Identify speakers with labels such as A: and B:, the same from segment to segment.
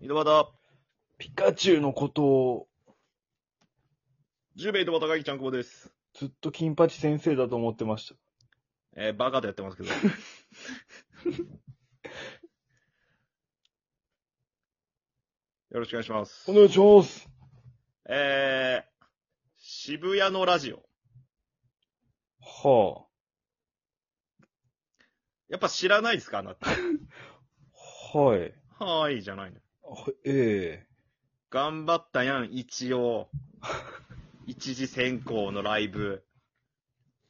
A: 井戸端、
B: ピカチュウのことを
A: 十兵衛井戸端会議ちゃんこぼです。
B: ずっと金八先生だと思ってました。
A: えー、バカでやってますけど。 よろしくお願いします
B: お。願いします。
A: えー、渋谷のラジオ。
B: は
A: やっぱ知らないですかあなた。
B: あ、はい。
A: はーい、じゃないの。
B: あえ
A: 頑張ったやん、一応。一時選考のライブ。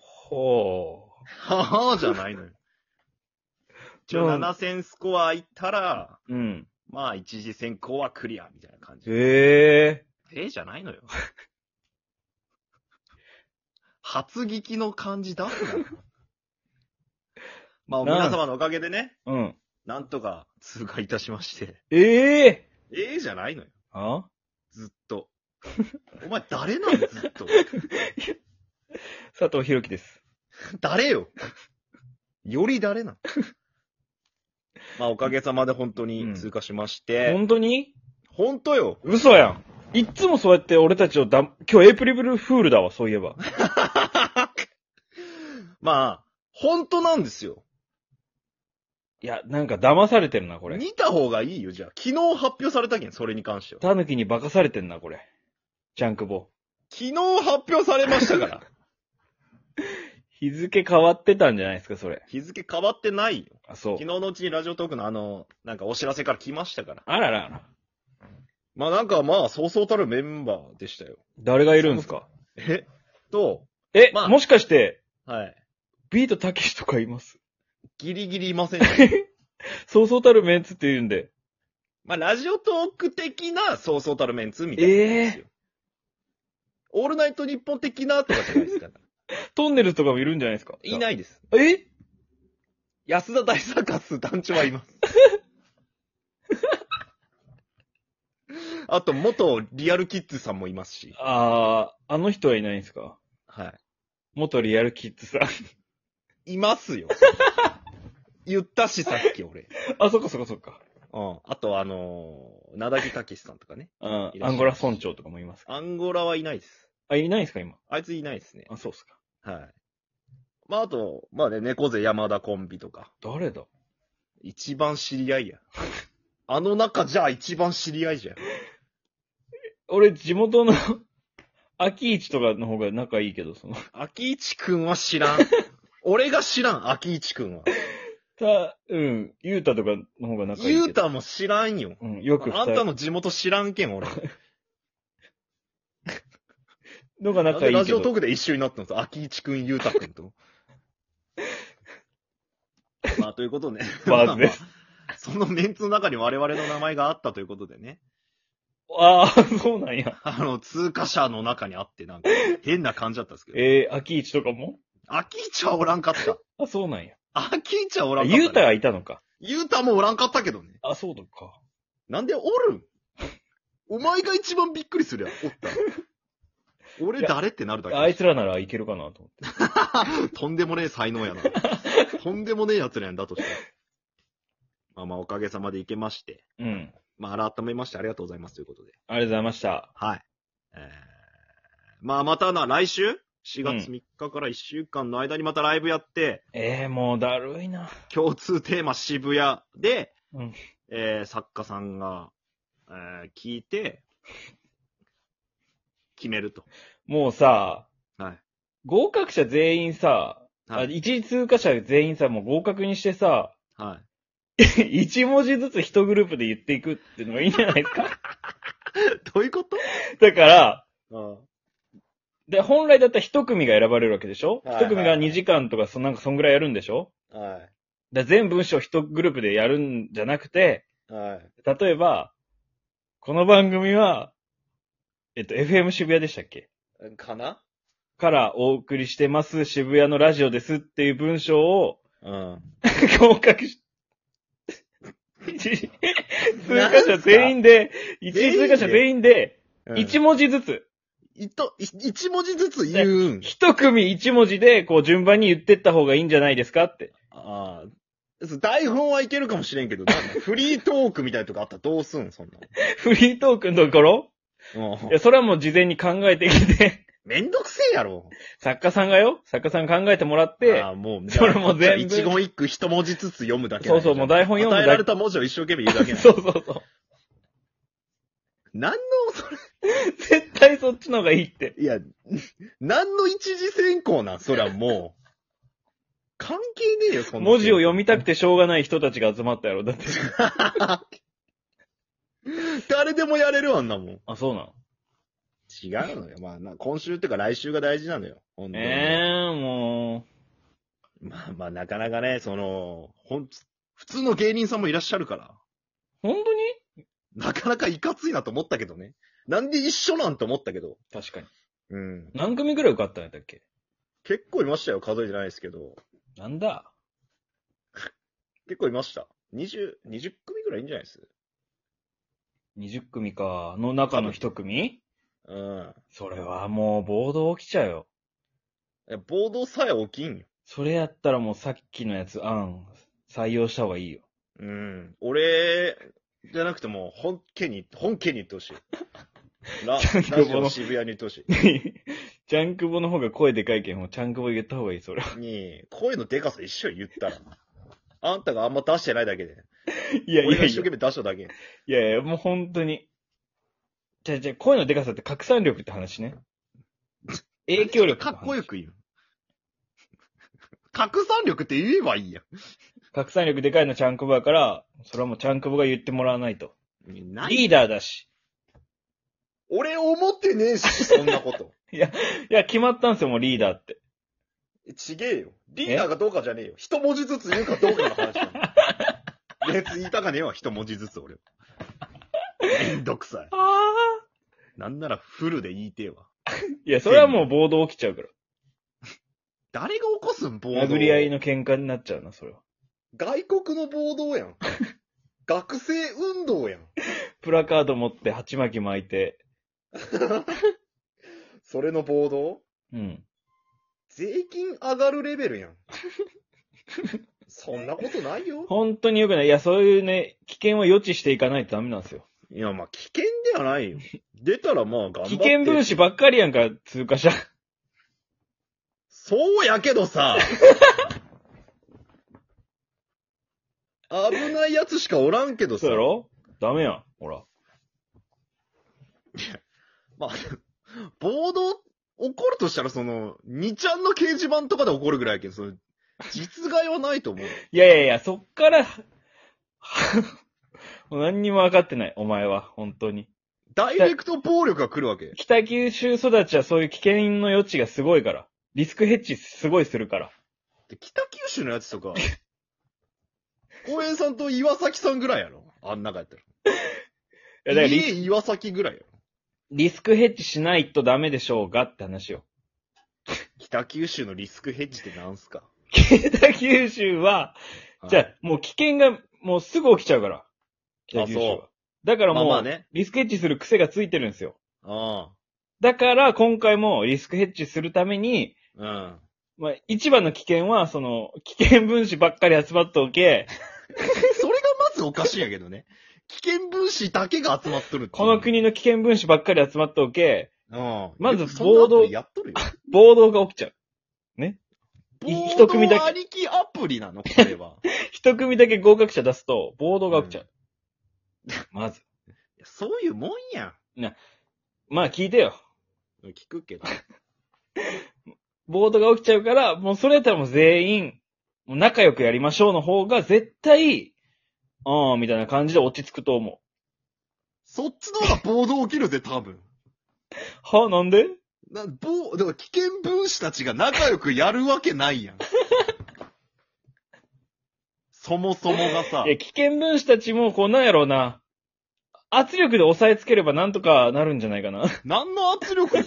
B: えは
A: は ーじゃないのよ。一応
B: うん
A: 7000スコアいったら、
B: あ。うん。
A: まあ一時選考はクリア、みたいな感じ。
B: ええ
A: ええじゃないのよ。 初聞きの感じ だすな。まあ、
B: な
A: 皆様のおかげでね、
B: うん。
A: なんとか通過いたしまして。
B: ええ
A: ええじゃないのよ。
B: あ
A: ずっ と。お前誰なのずっと。
B: 佐藤弘樹です。
A: 誰よ。より誰なのまあ、おかげさまで本当
B: う
A: に
B: ん
A: 通過しまして。
B: 本当に
A: 本当よ。
B: 嘘やん。いっつもそうやって俺たちをだ、今日エイプリルフールだわ、そういえ ば。
A: まあ、本当なんですよ。
B: いや、なんか騙されてるな、これ。
A: 見た方がいいよ、じゃあ。昨日発表されたけん、それに関しては。
B: タヌキに化かされてんな、これ。ジャンクボ。
A: 昨日発表されましたから。
B: 日付変わってたんじゃないですか、それ。
A: 日付変わってないよ。
B: あ、そう
A: 昨日。のうちにラジオトークのあの、なんかお知らせから来ましたから。
B: あららら。
A: まあなんかまあ、そうそうたるメンバーでしたよ。
B: 誰がいるんですか
A: えと、
B: え、
A: まあ
B: もしかして、
A: はい。
B: ビートたけしとかいます
A: ギリギリいませんで した。
B: そうそうたるメンツって言うんで。
A: まあ、ラジオトーク的なそうそうたるメンツみたいな感じですよ。オールナイト日本的なとかじ ゃないですから。
B: トンネルズとかもいるんじゃないですか。
A: いないいです。
B: え
A: 安田大サーカス団長はい ます。あと、元リアルキッズさんもいますし。
B: あー、あの人はいないんですか
A: はい。
B: 元リアルキッズさん。
A: いますよ。 言ったし、さっき俺。
B: あ、そっかそっかそっか。
A: うん。あと、あのー、なだぎたけしさんとかね。
B: うん
A: いらっしゃいま
B: ア
A: す
B: ンゴラ村長とかもいますか
A: アンゴラはいないです。
B: あ、いないんですか今。
A: あいついないですね。
B: あ、そうっすか。
A: はい。まあ、あと、まあね、猫背山田コンビとか。
B: 誰だ
A: 一番知り合いや。あの中じゃあ一番知り合いじゃん。
B: 俺、地元の、 秋市とかの方が仲いいけど、その、
A: 秋市くんは知らん。俺が知らん、秋市くんは。
B: た、うん、ゆうたとかの方が仲いいけど。
A: ゆうたも知らんよ。
B: うん、よく
A: あんた
B: 二人
A: の地元知らんけん、俺。
B: のが
A: なんで
B: 仲いいけど。
A: ラジオトークで一緒になったのさ、秋市くん、ゆうたくんと。 まあ、ということでね。
B: バーズです
A: まあま あそのメンツの中に我々の名前があったということでね。
B: ああ、そうなんや。
A: あの、通過者の中にあって、なんか、変な感じだったんですけど。
B: えー、秋市とかも
A: 秋市はおらんかった。
B: あ、そうなんや。
A: 秋市はおらんかった、
B: ゆうたがいたのか。
A: ゆうたもおらんかったけどね。
B: あ、そうだか。
A: なんでおるんお前が一番びっくりするやん、おったら。 俺誰ってなるだけ。
B: あいつらならいけるかなと思って。
A: とんでもねえ才能や な。とんでもねえ奴らやんだとして。まあまあ、おかげさまでいけまして。
B: うん。
A: まあ、改めましてありがとうございますということで。
B: ありがとうございました。
A: はい。えー、まあ、またな、来週 ?4 月3日から1週間の間にまたライブやって、
B: ええもうだるいな。
A: 共通テーマ渋谷で、
B: うん
A: えー作家さんが、えー聞いて、決めると。
B: もうさ、
A: はい。
B: 合格者全員さ、あ
A: はい。
B: 一時通過者全員さ、もう合格にしてさ、
A: はい、
B: 一文字ずつ一グループで言っていくっていうのがいいんじゃないで すか。
A: どういうこと
B: だから、
A: あ
B: で、本来だったら一組が選ばれるわけでしょ
A: はいはい
B: 一組が2時間とか、そ、なんかそんぐらいやるんでしょ
A: あは
B: だから全文章一グループでやるんじゃなくて、
A: い。はい。
B: 例えば、この番組は、えっと、FM 渋谷でしたっけ
A: かな
B: からお送りしてます、渋谷のラジオですっていう文章を、
A: うん。
B: 合格し、通過者全員で、一
A: 全員で
B: 通過者全員で、
A: 一
B: 一、文字ずつ、
A: いと、い一文字ずつ言うん。
B: 一組一文字で、こう順番に言ってった方がいいんじゃないですかって。
A: ああ。台本はいけるかもしれんけど、なんかフリートークみたいなとこあったらどうすんそんな
B: フリートークのところ
A: の。う
B: いや、
A: ん
B: それはもう事前に考えてきて、
A: めんどくせえやろ。
B: 作家さんがよ、作家さん考えてもらって
A: あ、あ、もう、
B: それも全部
A: じゃあ一言一句一文字ずつ読むだけなん
B: そ
A: や
B: うそう、もう台本読
A: 与
B: む
A: えら
B: だ
A: れ
B: け。
A: た文字を一生懸命言うだけなんや
B: そうそうそう。
A: 何の、それ、
B: 絶対そっちの方がいいって。
A: いや、何の一次選考なんそりゃもう。関係ねえよ、そんな。
B: 文字を読みたくてしょうがない人たちが集まったやろ。だって。
A: 誰でもやれるわんなもん。
B: あ、そうなの
A: 違うのよ。まあな、今週っていうか来週が大事なのよ。本当に。
B: ええー、も
A: まあまあ、なかなかね、その、ほん、普通の芸人さんもいらっしゃるから、
B: う、本当に
A: なかなかいかついなと思ったけどね。なんで一緒なんて思ったけど。
B: 確かに。
A: うん。
B: 何組ぐらい受かったんやったっけ
A: 結構いましたよ。数えてないですけど。
B: なんだ
A: 結構いました。20、20組ぐらいいんじゃないです
B: ?20 組か。の中の1組
A: うん。
B: それはもう暴動起きちゃうよ。
A: いや暴動さえ起きんよ。
B: それやったらもうさっきのやつ、案、採用した方がいいよ。
A: うん。俺、じゃなくてもう、本家に、本家に行ってほしい。ラ、
B: ちゃんとこの
A: ラジオの渋谷に行ってほし
B: チャンクボの方が声でかいけん、もうチャンクボ言った方がいい、それは。
A: い。に、声のデカさ一緒に言ったら。あんたがあんま出してないだけで。
B: いやい
A: 俺
B: や
A: が
B: い
A: 一生
B: や、
A: 懸命出しただけ。
B: いやいや、もう本当に。じゃあじゃあ声のでかさって拡散力って話 ね。影響力。
A: かっこよ。く言う。拡散力って言えばいいや
B: 拡散力でかいのチャンクボやから、それはもうチャンクボが言ってもらわないと。
A: ん。な
B: リーダーだし。
A: 俺思ってねえし、そんなこと。
B: いや、決まったんすよ、もうリーダーって。
A: ちげえよ。リーダーがどうかじゃねえよ。一文字ずつ言うかどうかの話 だもん。別に言いたかねえわ、一文字ずつ俺は。めんどくさい。
B: ああ。
A: なんならフルで言いてえわ。
B: いや、それはもう暴動起きちゃうから。
A: 誰が起こすん、暴動。
B: 殴り合いの喧嘩になっちゃうな、それは。
A: 外国の暴動やん。学生運動やん。
B: プラカード持って鉢巻き巻いて。
A: それの暴動
B: うん。
A: 税金上がるレベル やん。そんなことないよ。
B: 本当に良くない。いや、そういうね、危険は予知していかないとダメなんですよ。
A: いや、まあ、危険ではないよ。出たらまあ、頑張って。
B: 危険分子ばっかりやんか、通過者。
A: そうやけど さ。危ないやつしかおらんけどさ。
B: そうやろダメやん、ほら。
A: まあ、暴動、起こるとしたらその、2ちゃんの掲示板とかで起こるぐらいやけど、その、実害はないと思う。
B: いやいやいや、そっから、 もう何にも分かってない、お前は、本当に。
A: ダイレクト暴力が来るわけ。
B: 北九州育ちはそういう危険の余地がすごいから。リスクヘッジすごいするから。
A: で北九州のやつとか、 公園さんと岩崎さんぐらいやろあん中やった
B: いや、だから
A: ら。
B: リ
A: 家岩崎ぐらいやろ
B: リスクヘッジしないとダメでしょうがって話よ。
A: 北九州のリスクヘッジってなんすか
B: 北九州は、じゃあ、もう危険が、もうすぐ起きちゃうから。北九
A: あ
B: 州
A: そ
B: は。だから
A: まあ
B: も
A: まあ
B: う、
A: ね。
B: リスクヘッジする癖がついてるんですよ。
A: あ
B: だから、今回もリスクヘッジするために、
A: あ。うん。
B: まあ、一番の危険は、その、危険分子ばっかり集まっておけ、
A: それがまずおかしいんやけどね。 危険分子だけが集まっとるっていう
B: この。国の危険分子ばっかり集まっておけ、
A: うん。
B: まず
A: よくそんなアプリ
B: 暴動
A: やっとるよ。
B: 暴動が起きちゃう。い
A: 暴
B: 一組だけ
A: 動ありきアプリなのこれは。い
B: 一組だけ合格者出すと、暴動が起きちゃう。まず。
A: やそういうもんや
B: まあ聞いてよ。
A: ん。聞くけど。
B: 暴動が起きちゃうから、もうそれやったらもう全員、もう仲良くやりましょうの方が、絶対、ああ、みたいな感じで落ち着くと思
A: そっちの方が暴動起きるぜ、多分。
B: う。はあ、なんで
A: な、暴、だから危険分子たちが仲良くやるわけないや ん。そもそもがさ
B: い、や、危険分子たちも、こう、なんやろうな。圧力で抑えつければなんとかなるんじゃないかな。
A: 何の圧 力よ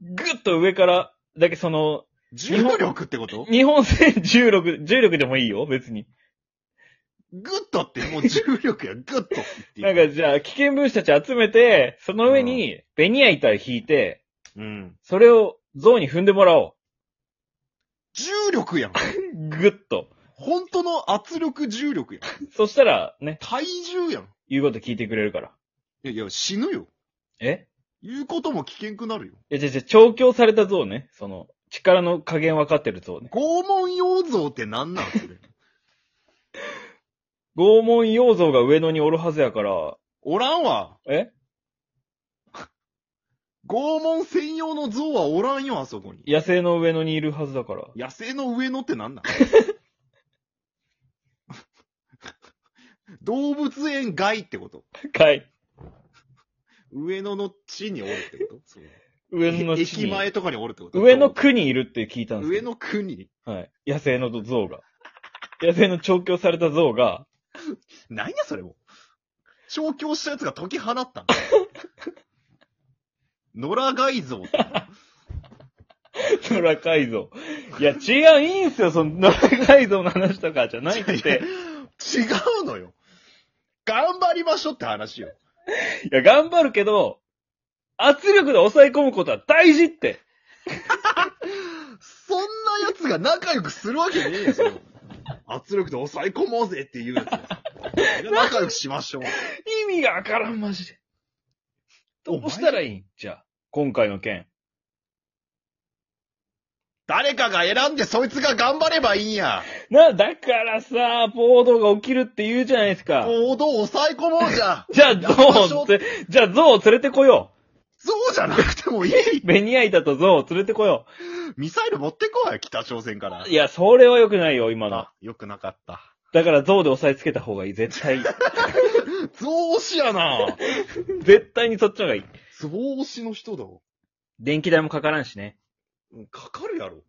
B: ぐっと上から、だけその、
A: 重力ってこと
B: 日本戦16、16でもいいよ、別に。
A: グッとって、もう重力や、グッとって言
B: な
A: っ
B: ん
A: ていい。
B: かじゃあ、危険分子たち集めて、その上に、ベニヤ板引いて、
A: うん。
B: それを像に踏んでもらお
A: 重力やん。
B: う。ぐっと。
A: 本当の圧力重力やん。
B: そしたら、ね、
A: 体重やん。
B: 言うこと聞いてくれるから。
A: いやいや、死ぬよ。
B: え
A: 言うことも危険くなるよ。
B: いや、じゃじゃ調教された像ね。その、力の加減分かってる像ね。
A: 拷問用像ってなんなんそ れ。
B: 拷問用像が上野におるはずやから、
A: おらんわ。
B: え
A: 拷問専用の像はおらんよ、あそこに。
B: 野生の上野にいるはずだから。
A: 野生の上野ってなんなん動物園外ってこと
B: かい。
A: 上野の地におるってことそう
B: 上野の地
A: 駅
B: に。
A: 前とかにおるってこと
B: 上野区にいるって聞いたんです
A: 上
B: よ。
A: 野区に。
B: はい。野生の像が。野生の調教された像が、
A: 何やそれも。調教したやつが解き放った の。野良外像って
B: 野良改造。いや、治安いいんすよ、その野良改造の話とかじゃないって。
A: 違うのよ。頑張りましょうって話よ。
B: いや、頑張るけど、圧力で抑え込むことは大事って。
A: そんなやつが仲良くするわけねえよ、それ圧力で抑え込もうぜっていうやつがさ。 仲良くしましょう。
B: 意味がわからん、マジで。どうしたらいいんじゃあ、今回の件。
A: 誰かが選んでそいつが頑張ればいいんや。
B: な、だからさ、暴動が起きるって言うじゃないですか。
A: 行動を抑え込もうじゃ。
B: じゃあ、
A: やりまし
B: ゾ
A: ょ
B: ウ
A: う
B: って、じゃあ、ゾウを連れてこよ
A: そうじゃなくてもいい。
B: う。ベニヤ板とゾウを連れてこよ
A: ミサイル持ってこいよ、北朝鮮から
B: う。い。や、それは良くないよ、今の。
A: あ、よくなかった。
B: だから、ゾウで押さえつけた方がいい、絶対。
A: 増押しや な。
B: 絶対にそっちの方がいい。
A: 増押しの人だわ。
B: 電気代もかからんしね。
A: うんかかるやろ。